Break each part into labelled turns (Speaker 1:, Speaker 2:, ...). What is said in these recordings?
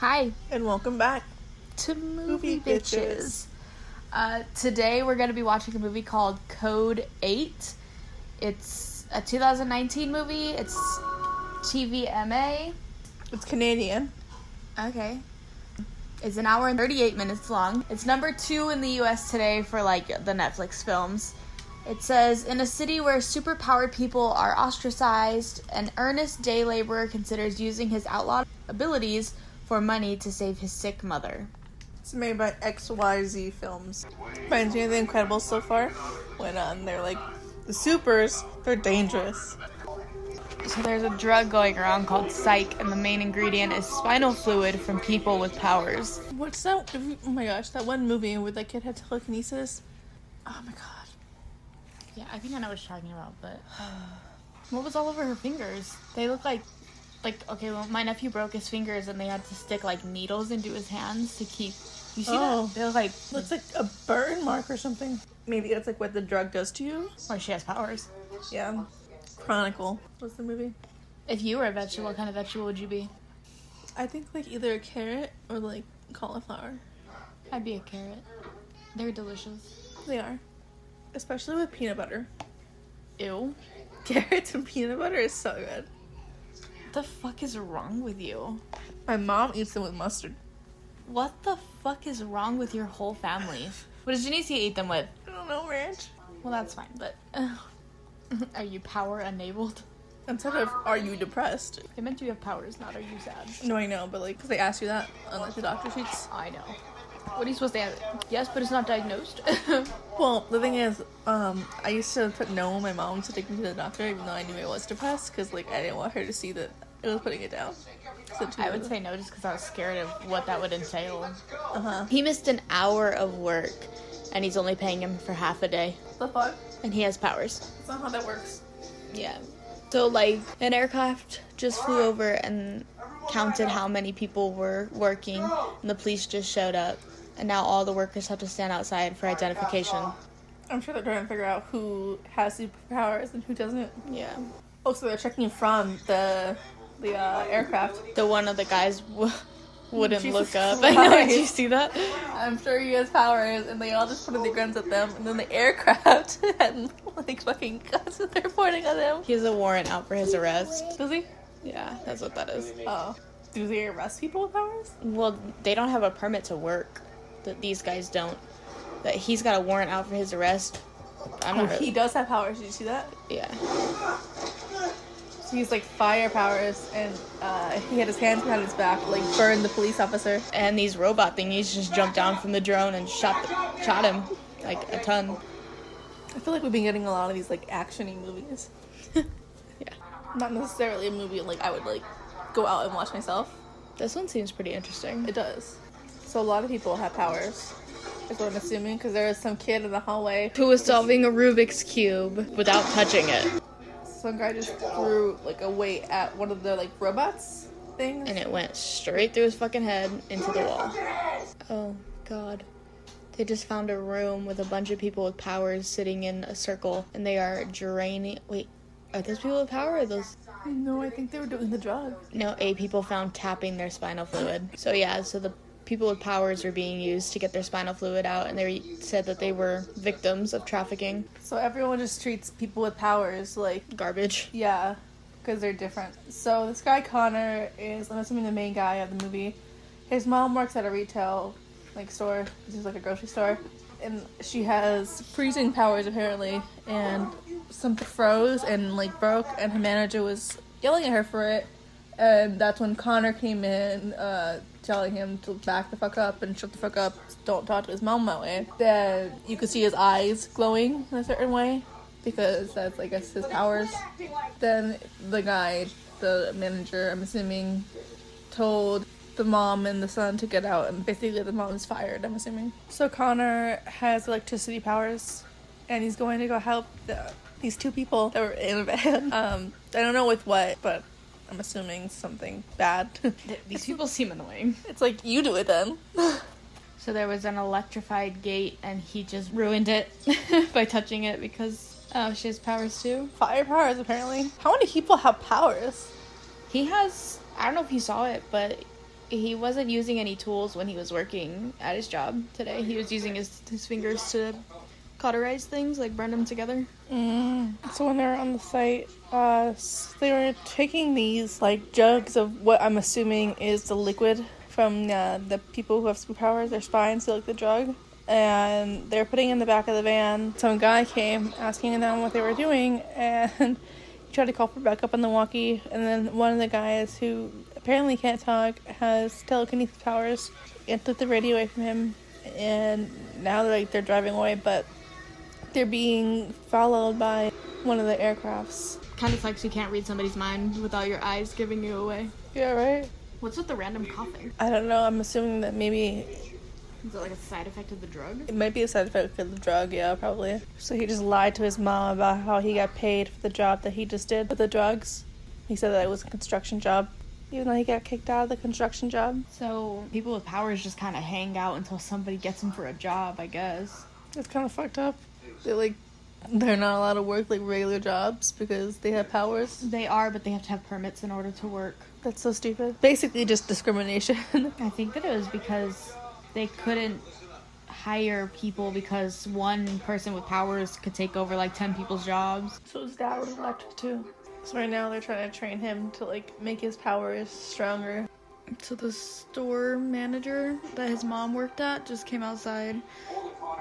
Speaker 1: Hi
Speaker 2: And welcome back.
Speaker 1: to Movie,
Speaker 2: Movie
Speaker 1: Bitches.
Speaker 2: Bitches.
Speaker 1: Uh, today we're going to be watching a movie called Code 8. It's a 2019 movie. It's TVMA.
Speaker 2: It's Canadian.
Speaker 1: Okay. It's an hour and 38 minutes long. It's number two in the US today for like the Netflix films. It says In a city where superpowered people are ostracized, an earnest day laborer considers using his outlaw abilities for money to save his sick mother.
Speaker 2: It's made by XYZ Films. Reminds me of The Incredibles so far. When um, they're like, the supers, they're dangerous.
Speaker 1: So there's a drug going around called psych, and the main ingredient is spinal fluid from people with powers.
Speaker 2: What's that? Oh my gosh, that one movie where that kid had telekinesis. Oh my god.
Speaker 1: Yeah, I think I know what you're talking about, but um, what was all over her fingers? They look like, like okay, well, my nephew broke his fingers, and they had to stick like needles into his hands to keep. You see
Speaker 2: Oh.
Speaker 1: that? They look like
Speaker 2: Looks like a burn mark or something. Maybe that's like what the drug does to you.
Speaker 1: like oh, she has powers.
Speaker 2: Yeah. Chronicle. What's the movie?
Speaker 1: If you were a vegetable, what kind of vegetable would you be?
Speaker 2: I think like either a carrot or like cauliflower.
Speaker 1: I'd be a carrot. They're delicious.
Speaker 2: They are. Especially with peanut butter.
Speaker 1: Ew.
Speaker 2: Carrots and peanut butter is so good.
Speaker 1: The fuck is wrong with you?
Speaker 2: My mom eats them with mustard.
Speaker 1: What the fuck is wrong with your whole family? What does Janicia eat them with?
Speaker 2: I don't know, ranch.
Speaker 1: Well, that's fine, but are you power enabled?
Speaker 2: Instead of are you depressed?
Speaker 1: They meant you have powers, not are you sad?
Speaker 2: No, I know, but like, cause they ask you that on like the doctor sheets.
Speaker 1: I know. What are you supposed to answer? Yes, but it's not diagnosed.
Speaker 2: Well, the thing is, um, I used to put no when my mom used to take me to the doctor, even though I knew I was depressed, cause like I didn't want her to see that I was putting it down. So
Speaker 1: I would say no just because I was scared of what that would entail.
Speaker 2: uh huh.
Speaker 1: Uh-huh. He missed an hour of work, and he's only paying him for half a day,
Speaker 2: The fuck?
Speaker 1: and he has powers.
Speaker 2: That's not how that works.
Speaker 1: Yeah. So, like, an aircraft just flew over and counted how many people were working, and the police just showed up, and now all the workers have to stand outside for identification.
Speaker 2: I'm sure they're trying to figure out who has superpowers and who doesn't.
Speaker 1: Yeah.
Speaker 2: Oh, so they're checking from the the uh, aircraft.
Speaker 1: The one of the guys w- wouldn't
Speaker 2: Jesus
Speaker 1: look up. I know. Did you
Speaker 2: Christ.
Speaker 1: see that?
Speaker 2: I'm sure he has powers, and they all just pointed their guns at them, and then the aircraft had like fucking guns that they're pointing at them.
Speaker 1: He has a warrant out for his arrest.
Speaker 2: Does he?
Speaker 1: Yeah, that's what that is.
Speaker 2: Oh. Do they arrest people with powers?
Speaker 1: Well, they don't have a permit to work. That these guys don't. That he's got a warrant out for his arrest. I'm
Speaker 2: Oh,
Speaker 1: not.
Speaker 2: he
Speaker 1: Really,
Speaker 2: does have powers. Did you see that?
Speaker 1: yeah.
Speaker 2: So he's like fire powers, and uh, he had his hands behind his back, like burn the police officer.
Speaker 1: And these robot thingies just jumped down from the drone and shot the, shot him like a ton.
Speaker 2: I feel like we've been getting a lot of these like actiony movies.
Speaker 1: Yeah.
Speaker 2: Not necessarily a movie like I would like go out and watch myself.
Speaker 1: This one seems pretty interesting.
Speaker 2: It does. So a lot of people have powers. Is what I'm assuming, because there was some kid in the hallway
Speaker 1: Who was solving a Rubik's cube without touching it,
Speaker 2: Some guy just threw like a weight at one of the like robots things.
Speaker 1: and it went straight through his fucking head into the wall. Oh God. They just found a room with a bunch of people with powers sitting in a circle, and they are draining. Wait, are those people with power? Or are those
Speaker 2: no, I think they were doing the drug.
Speaker 1: No, eight people found tapping their spinal fluid. So yeah, so the people with powers were being used to get their spinal fluid out, and they said that they were victims of trafficking.
Speaker 2: So everyone just treats people with powers like
Speaker 1: Garbage.
Speaker 2: yeah, because they're different. So this guy Connor is I'm assuming the main guy of the movie. His mom works at a retail like store. This is like a grocery store, and she has freezing powers apparently, and something froze and like broke, and her manager was yelling at her for it. And that's when Connor came in, uh, telling him to back the fuck up and shut the fuck up. Don't talk to his mom that way. Then you could see his eyes glowing in a certain way because that's, I guess, his powers. Then the guy, the manager, I'm assuming, told the mom and the son to get out, and basically the mom's fired, I'm assuming. So Connor has electricity powers, and he's going to go help the, these two people that were in a van. Um, I don't know with what, but I'm assuming something bad.
Speaker 1: These people seem annoying.
Speaker 2: it's like, you do it then.
Speaker 1: So there was an electrified gate, and he just ruined it by touching it because oh, she has powers too.
Speaker 2: Fire powers, apparently. How many people have powers?
Speaker 1: He has. I don't know if you saw it, but he wasn't using any tools when he was working at his job today. He was using his his fingers to cauterize things, like burn them together.
Speaker 2: Mm. So when they were on the site, uh, s- they were taking these like jugs of what I'm assuming is the liquid from uh, the people who have superpowers, their spines, so like the drug, and they were putting it in the back of the van. Some guy came asking them what they were doing, and he tried to call for backup on the walkie. And then one of the guys who apparently can't talk has telekinesis powers, and took the radio away from him. And now they're like they're driving away, but they're being followed by one of the aircrafts.
Speaker 1: Kind of like you can't read somebody's mind without your eyes giving you away.
Speaker 2: Yeah, right?
Speaker 1: What's with the random coughing?
Speaker 2: I don't know. I'm assuming that maybe
Speaker 1: Is it like a side effect of the drug?
Speaker 2: it might be a side effect of the drug. Yeah, probably. So he just lied to his mom about how he got paid for the job that he just did with the drugs. He said that it was a construction job, even though he got kicked out of the construction job.
Speaker 1: So people with powers just kind of hang out until somebody gets them for a job, I guess.
Speaker 2: It's kind of fucked up. They like they're not allowed to work like regular jobs because they have powers.
Speaker 1: They are, but they have to have permits in order to work.
Speaker 2: That's so stupid. Basically, just discrimination.
Speaker 1: I think that it was because they couldn't hire people because one person with powers could take over like 10 people's jobs.
Speaker 2: So his dad was electric too. So right now they're trying to train him to like make his powers stronger.
Speaker 1: So the store manager that his mom worked at just came outside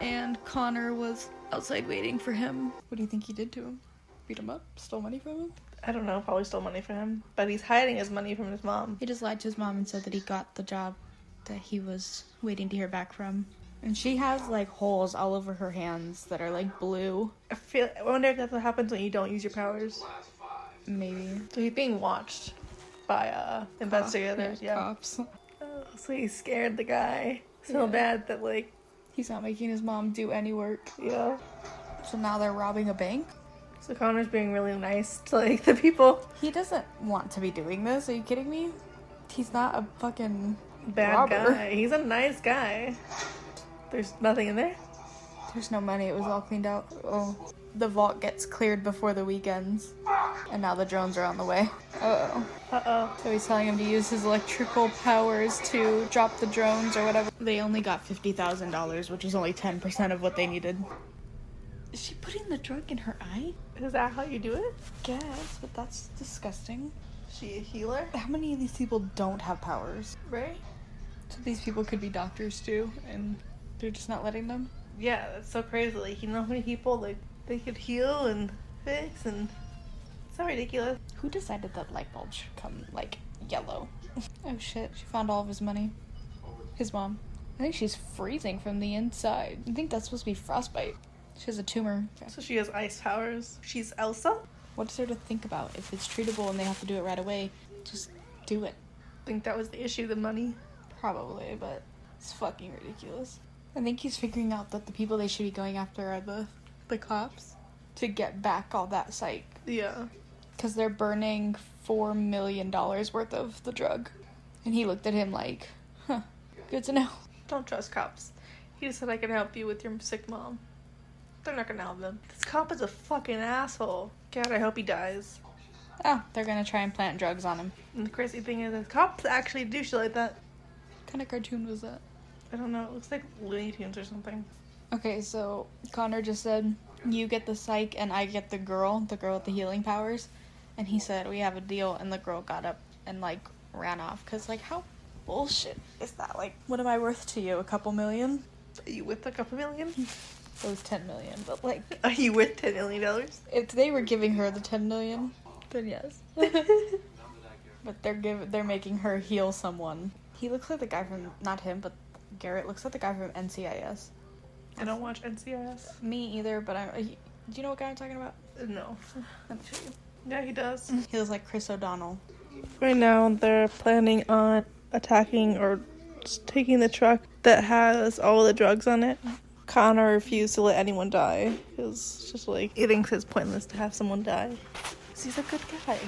Speaker 1: and Connor was outside waiting for him. What do you think he did to him? Beat him up? Stole money from him?
Speaker 2: I don't know, probably stole money from him, but he's hiding his money from his mom.
Speaker 1: He just lied to his mom and said that he got the job that he was waiting to hear back from. And she has like holes all over her hands that are like blue.
Speaker 2: I feel. I wonder if that's what happens when you don't use your powers.
Speaker 1: Maybe.
Speaker 2: So he's being watched by uh investigators. yeah.
Speaker 1: Cops.
Speaker 2: Oh, so he scared the guy so
Speaker 1: Yeah.
Speaker 2: bad that like
Speaker 1: He's not making his mom do any work.
Speaker 2: yeah.
Speaker 1: So now they're robbing a bank?
Speaker 2: So Connor's being really nice to like the people.
Speaker 1: He doesn't want to be doing this. Are you kidding me? He's not a fucking.
Speaker 2: Bad
Speaker 1: Robber.
Speaker 2: guy. He's a nice guy. There's nothing in there.
Speaker 1: There's no money. It was all cleaned out. Oh. The vault gets cleared before the weekends. And now the drones are on the way. Uh oh.
Speaker 2: Uh oh.
Speaker 1: So he's telling him to use his electrical powers to drop the drones or whatever. They only got $50,000, which is only 10% of what they needed. Is she putting the drug in her eye?
Speaker 2: Is that how you do it?
Speaker 1: Guess, but that's disgusting.
Speaker 2: She a healer,
Speaker 1: How many of these people don't have powers?
Speaker 2: right?
Speaker 1: So these people could be doctors too, and they're just not letting them?
Speaker 2: Yeah, that's so crazy. Like, you know how many people like they could heal and fix, and it's so ridiculous.
Speaker 1: Who decided that light bulb should come like yellow? oh shit, she found all of his money. His mom. I think she's freezing from the inside. I think that's supposed to be frostbite. She has a tumor.
Speaker 2: So she has ice powers. She's Elsa.
Speaker 1: What's there to think about? If it's treatable and they have to do it right away, just do it.
Speaker 2: I think that was the issue, the money.
Speaker 1: Probably, but it's fucking ridiculous. I think he's figuring out that the people they should be going after are the the cops to get back all that psych
Speaker 2: Yeah.
Speaker 1: because they're burning four million dollars worth of the drug. And he looked at him like, "Huh, good to know."
Speaker 2: Don't trust cops. He just said I can help you with your sick mom. They're not gonna help them. This cop is a fucking asshole. God, I hope he dies.
Speaker 1: Oh, they're gonna try and plant drugs on him.
Speaker 2: And the crazy thing is, that cops actually do shit like that.
Speaker 1: What kind of cartoon was that?
Speaker 2: I don't know. It looks like Looney Tunes or something.
Speaker 1: Okay, so Connor just said, "You get the psych, and I get the girl, the girl with the healing powers," and he said, "We have a deal." And the girl got up and like ran off because like how bullshit is that? Like, what am I worth to you? A couple million?
Speaker 2: Are you with a couple million?
Speaker 1: It was ten million, but like
Speaker 2: Are you with ten million dollars?
Speaker 1: if they were giving her the ten million, then yes. but they're giv they're making her heal someone. He looks like the guy from not him, but Garrett looks like the guy from NCIS.
Speaker 2: I don't watch NCIS.
Speaker 1: Me either, but I. Do you know what guy I'm talking about?
Speaker 2: No.
Speaker 1: Let me show you.
Speaker 2: Yeah, he does.
Speaker 1: He looks like Chris O'Donnell.
Speaker 2: Right now, they're planning on attacking or s- taking the truck that has all the drugs on it. Connor refused to let anyone die. It was just like, he thinks it's pointless to have someone die. 'Cause he's a good guy.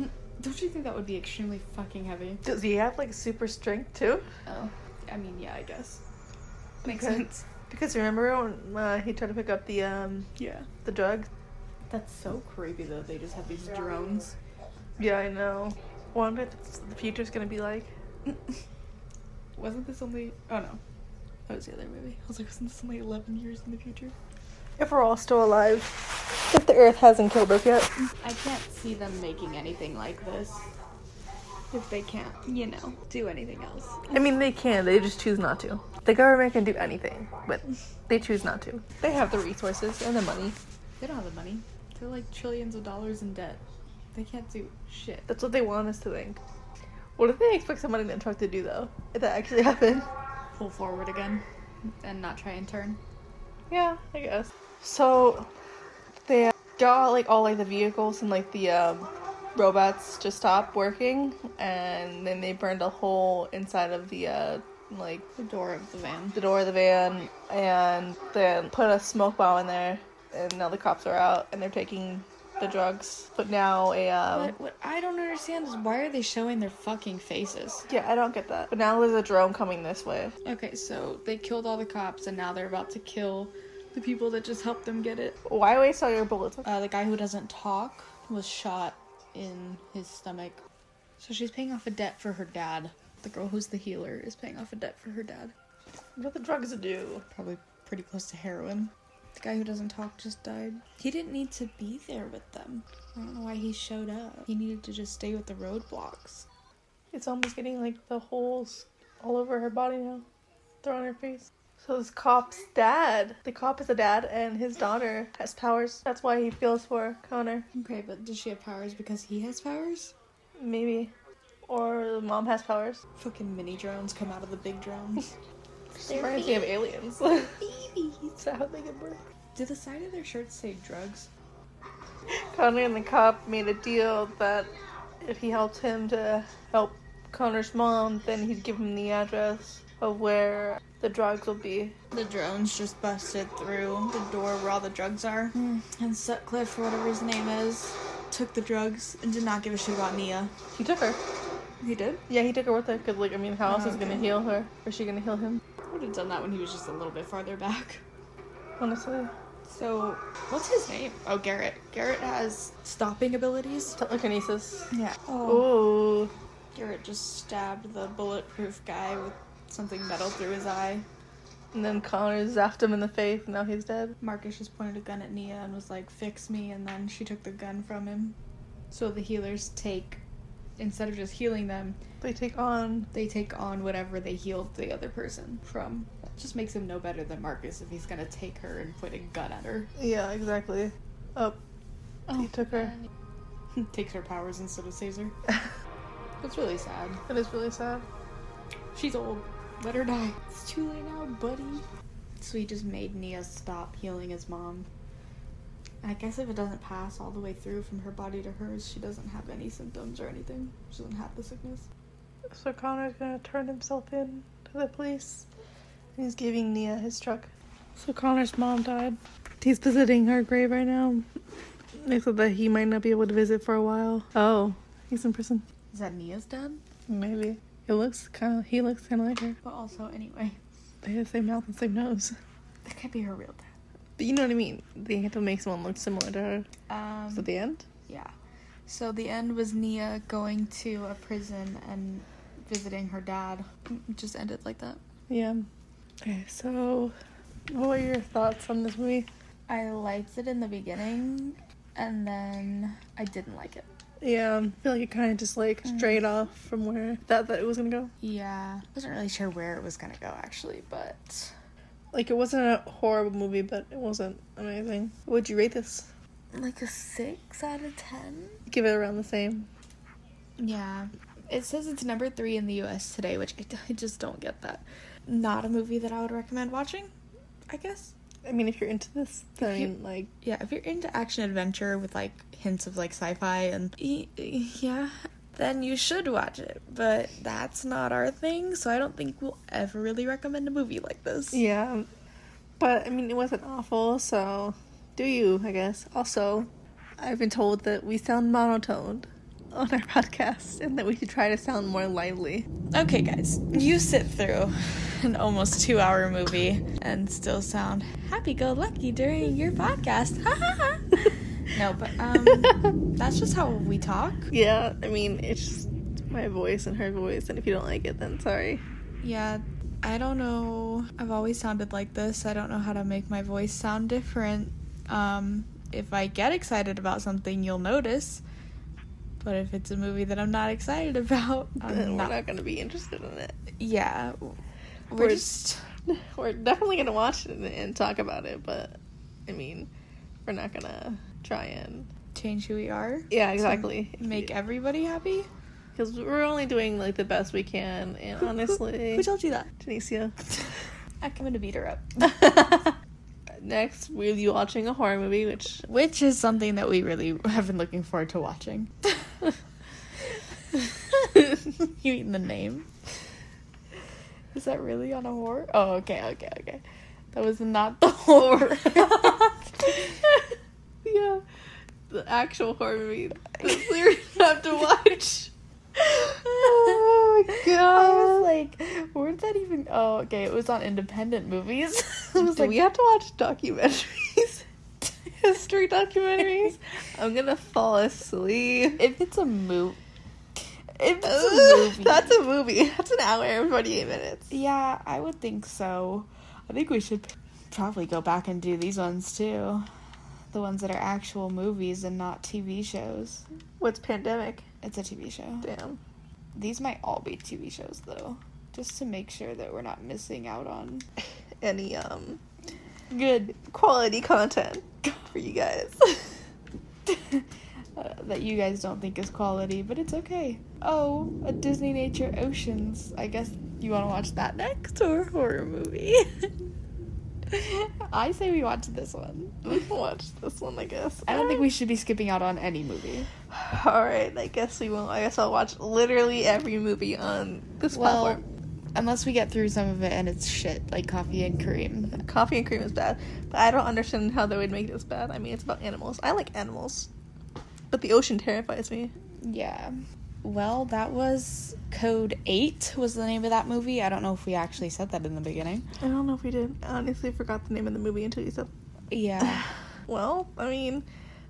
Speaker 1: Mm, Don't you think that would be extremely fucking heavy?
Speaker 2: Does he have like super strength too?
Speaker 1: Oh, I mean, yeah, I guess. Makes
Speaker 2: Okay.
Speaker 1: sense.
Speaker 2: Because remember when uh, he tried to pick up the um
Speaker 1: Yeah.
Speaker 2: the drug?
Speaker 1: That's so creepy though. They just have these drones.
Speaker 2: Yeah, I know. Wonder what the future's gonna be like. Wasn't this only? Oh no, that was the other movie. I was like, wasn't this only eleven years in the future? If we're all still alive, if the Earth hasn't killed us yet.
Speaker 1: I can't see them making anything like this. If they can't, you know, do anything else.
Speaker 2: I mean, they can. They just choose not to. The government can do anything, but they choose not to. They have the resources and the money.
Speaker 1: They don't have the money. They're like trillions of dollars in debt. They can't do shit.
Speaker 2: That's what they want us to think. What if they expect somebody in a truck to do though? If that actually happened?
Speaker 1: Pull forward again and not try and turn.
Speaker 2: Yeah, I guess. So they got like all like the vehicles and like the um, robots to stop working, and then they burned a hole inside of the uh, like
Speaker 1: The door of the van.
Speaker 2: the door of the van, and then put a smoke bomb in there. And now the cops are out and they're taking the drugs. But now a um,
Speaker 1: But what I don't understand is why are they showing their fucking faces?
Speaker 2: yeah, I don't get that. But now there's a drone coming this way.
Speaker 1: Okay, so they killed all the cops and now they're about to kill the people that just helped them get it.
Speaker 2: Why waste all your bullets?
Speaker 1: Uh, the guy who doesn't talk was shot in his stomach. So she's paying off a debt for her dad. The girl who's the healer is paying off a debt for her dad.
Speaker 2: What the drugs do?
Speaker 1: Probably pretty close to heroin. The guy who doesn't talk just died. He didn't need to be there with them. I don't know why he showed up. He needed to just stay with the roadblocks.
Speaker 2: It's almost getting like the holes all over her body now. They're on her face. So this cop's dad, the cop is a dad, and his daughter has powers. That's why he feels for Connor,
Speaker 1: Okay, but does she have powers because he has powers?
Speaker 2: maybe, or the mom has powers.
Speaker 1: Fucking mini drones come out of the big drones.
Speaker 2: Reminds me of aliens. Is
Speaker 1: Babies.
Speaker 2: that how they get born?
Speaker 1: Do the side of their shirts say drugs?
Speaker 2: Connor and the cop made a deal that if he helped him to help Connor's mom, then he'd give him the address of where the drugs will be.
Speaker 1: The drones just busted through the door where all the drugs are. And Sutcliffe, for whatever his name is, took the drugs and did not give a shit about Nia.
Speaker 2: He took her. Oh,
Speaker 1: He did?
Speaker 2: Yeah, he took her with her because, like, I mean, how else is gonna heal her? Or is she gonna heal him?
Speaker 1: Would have done that when he was just a little bit farther back.
Speaker 2: Honestly,
Speaker 1: So, what's his name? Oh, Garrett. Garrett has stopping abilities.
Speaker 2: telekinesis.
Speaker 1: Yeah. Oh.
Speaker 2: Ooh,
Speaker 1: Garrett just stabbed the bulletproof guy with something metal through his eye.
Speaker 2: and then Connor zapped him in the face, and now he's dead.
Speaker 1: Marcus just pointed a gun at Nia and was like, fix me, and then she took the gun from him. So the healers take, instead of just healing them,
Speaker 2: They take on.
Speaker 1: they take on whatever they healed the other person from. That just makes him no better than Marcus if he's gonna take her and point a gun at her.
Speaker 2: Yeah, exactly. Up.
Speaker 1: Oh,
Speaker 2: He took her.
Speaker 1: Takes her powers instead of saves her. That's really sad.
Speaker 2: That is really sad.
Speaker 1: She's old. Let her die. It's too late now, buddy. So he just made Nia stop healing his mom. I guess if it doesn't pass all the way through from her body to hers, she doesn't have any symptoms or anything. She doesn't have the sickness.
Speaker 2: So Connor's gonna turn himself in to the police. and He's giving Nia his truck. So Connor's mom died. He's visiting her grave right now. They said that he might not be able to visit for a while. Oh, he's in prison.
Speaker 1: Is that Nia's dad?
Speaker 2: Maybe. It looks kind of. He looks kind of like her.
Speaker 1: But also, anyway,
Speaker 2: They have the same mouth and same nose.
Speaker 1: that could be her real dad.
Speaker 2: But you know what I mean. They have to make someone look similar to her.
Speaker 1: Um,
Speaker 2: So the end.
Speaker 1: Yeah. So the end was Nia going to a prison and visiting her dad. It just ended like that.
Speaker 2: Yeah. Okay. So, what were your thoughts on this movie?
Speaker 1: I liked it in the beginning and then I didn't like it.
Speaker 2: Yeah, I feel like it kind of just like strayed off from where that that it was gonna go.
Speaker 1: Yeah. Wasn't really sure where it was going to go actually, but
Speaker 2: Like it wasn't a horrible movie, but it wasn't amazing. Would you rate this?
Speaker 1: like a 6 out of 10.
Speaker 2: Give it around the same.
Speaker 1: Yeah. It says it's number 3 in the US today, which I, I just don't get that. Not a movie that I would recommend watching, I guess.
Speaker 2: I mean, if you're into this, then I
Speaker 1: you-
Speaker 2: mean, like
Speaker 1: Yeah, if you're into action adventure with like hints of like sci-fi and y- y- yeah, then you should watch it. But that's not our thing, so I don't think we'll ever really recommend a movie like this.
Speaker 2: yeah. But I mean, it wasn't awful. So, do you? I guess. Also, I've been told that we sound monotoned on our podcast, and that we should try to sound more lively.
Speaker 1: Okay, guys, you sit through an almost 2-hour movie and still sound happy-go-lucky during your podcast. Ha, ha, ha. no, but um that's just how we talk.
Speaker 2: Yeah, I mean, it's just my voice and her voice, and if you don't like it, then sorry.
Speaker 1: Yeah, I don't know. I've always sounded like this. I don't know how to make my voice sound different. Um, if I get excited about something, you'll notice. But if it's a movie that I'm not excited about,
Speaker 2: then
Speaker 1: I'm
Speaker 2: we're
Speaker 1: not.
Speaker 2: not gonna be interested in it.
Speaker 1: Yeah, we're,
Speaker 2: We're-
Speaker 1: just.
Speaker 2: We're definitely gonna watch it and, and talk about it, but I mean, we're not gonna try and
Speaker 1: Change who we are.
Speaker 2: yeah, exactly.
Speaker 1: Make everybody happy.
Speaker 2: because we're only doing like the best we can, and
Speaker 1: Who- who-
Speaker 2: honestly,
Speaker 1: who told you that?
Speaker 2: Tunisia.
Speaker 1: I'm gonna beat her up.
Speaker 2: Next, we'll be watching a horror movie, which
Speaker 1: Which is something that we really have been looking forward to watching. you eating the name? Is that really on a horror? Oh, okay, okay, okay. That was not the horror.
Speaker 2: Oh yeah, the actual horror movie that we have to watch.
Speaker 1: oh my god! I was like, where did that even? Oh, okay. It was on independent movies. I was
Speaker 2: Do
Speaker 1: like,
Speaker 2: we have to watch documentaries, history documentaries. I'm gonna fall asleep.
Speaker 1: if it's a movie, if
Speaker 2: Ooh,
Speaker 1: it's a movie,
Speaker 2: That's a movie. That's an hour and 48 minutes.
Speaker 1: Yeah, I would think so. I think we should probably go back and do these ones too. The ones that are actual movies and not TV shows.
Speaker 2: What's pandemic?
Speaker 1: It's a TV show.
Speaker 2: Damn.
Speaker 1: These might all be TV shows though, just to make sure that we're not missing out on
Speaker 2: Any um
Speaker 1: good
Speaker 2: quality content for you guys.
Speaker 1: uh, that you guys don't think is quality, but it's okay. Oh, a Disney Nature Oceans. I guess you want to watch that next or a horror movie. I say we watch this one.
Speaker 2: we can watch this one, I guess.
Speaker 1: I don't think we should be skipping out on any movie.
Speaker 2: All right, I guess we won't. I guess I'll watch literally every movie on this
Speaker 1: Well,
Speaker 2: platform.
Speaker 1: unless we get through some of it and it's shit, like Coffee and Cream.
Speaker 2: Coffee and cream is bad, but I don't understand how they would make this bad. I mean, it's about animals. I like animals, but the ocean terrifies me.
Speaker 1: Yeah. Well, that was Code 8 was the name of that movie. I don't know if we actually said that in the beginning.
Speaker 2: I don't know if we did. I honestly forgot the name of the movie until you said.
Speaker 1: Yeah.
Speaker 2: Well, I mean,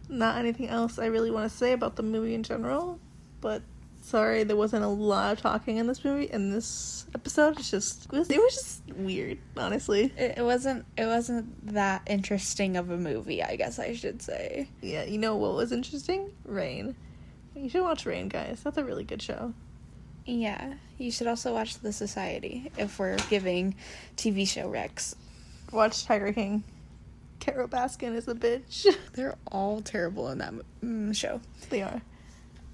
Speaker 2: not anything else I really want to say about the movie in general, but sorry there wasn't a lot of talking in this movie in this episode. It's just it was, it was just weird, honestly.
Speaker 1: It, it wasn't it wasn't that interesting of a movie, I guess I should say.
Speaker 2: Yeah, you know what was interesting? Rain. You should watch Rain, guys. That's a really good show.
Speaker 1: Yeah. You should also watch The Society if we're giving TV show recs.
Speaker 2: Watch Tiger King. Carol Baskin is a bitch.
Speaker 1: They're all terrible in that mo- mm, show.
Speaker 2: they are.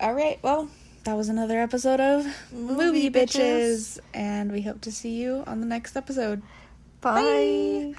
Speaker 1: All right. Well, that was another episode of Movie,
Speaker 2: Movie
Speaker 1: Bitches. and we hope to see you on the next episode.
Speaker 2: Bye.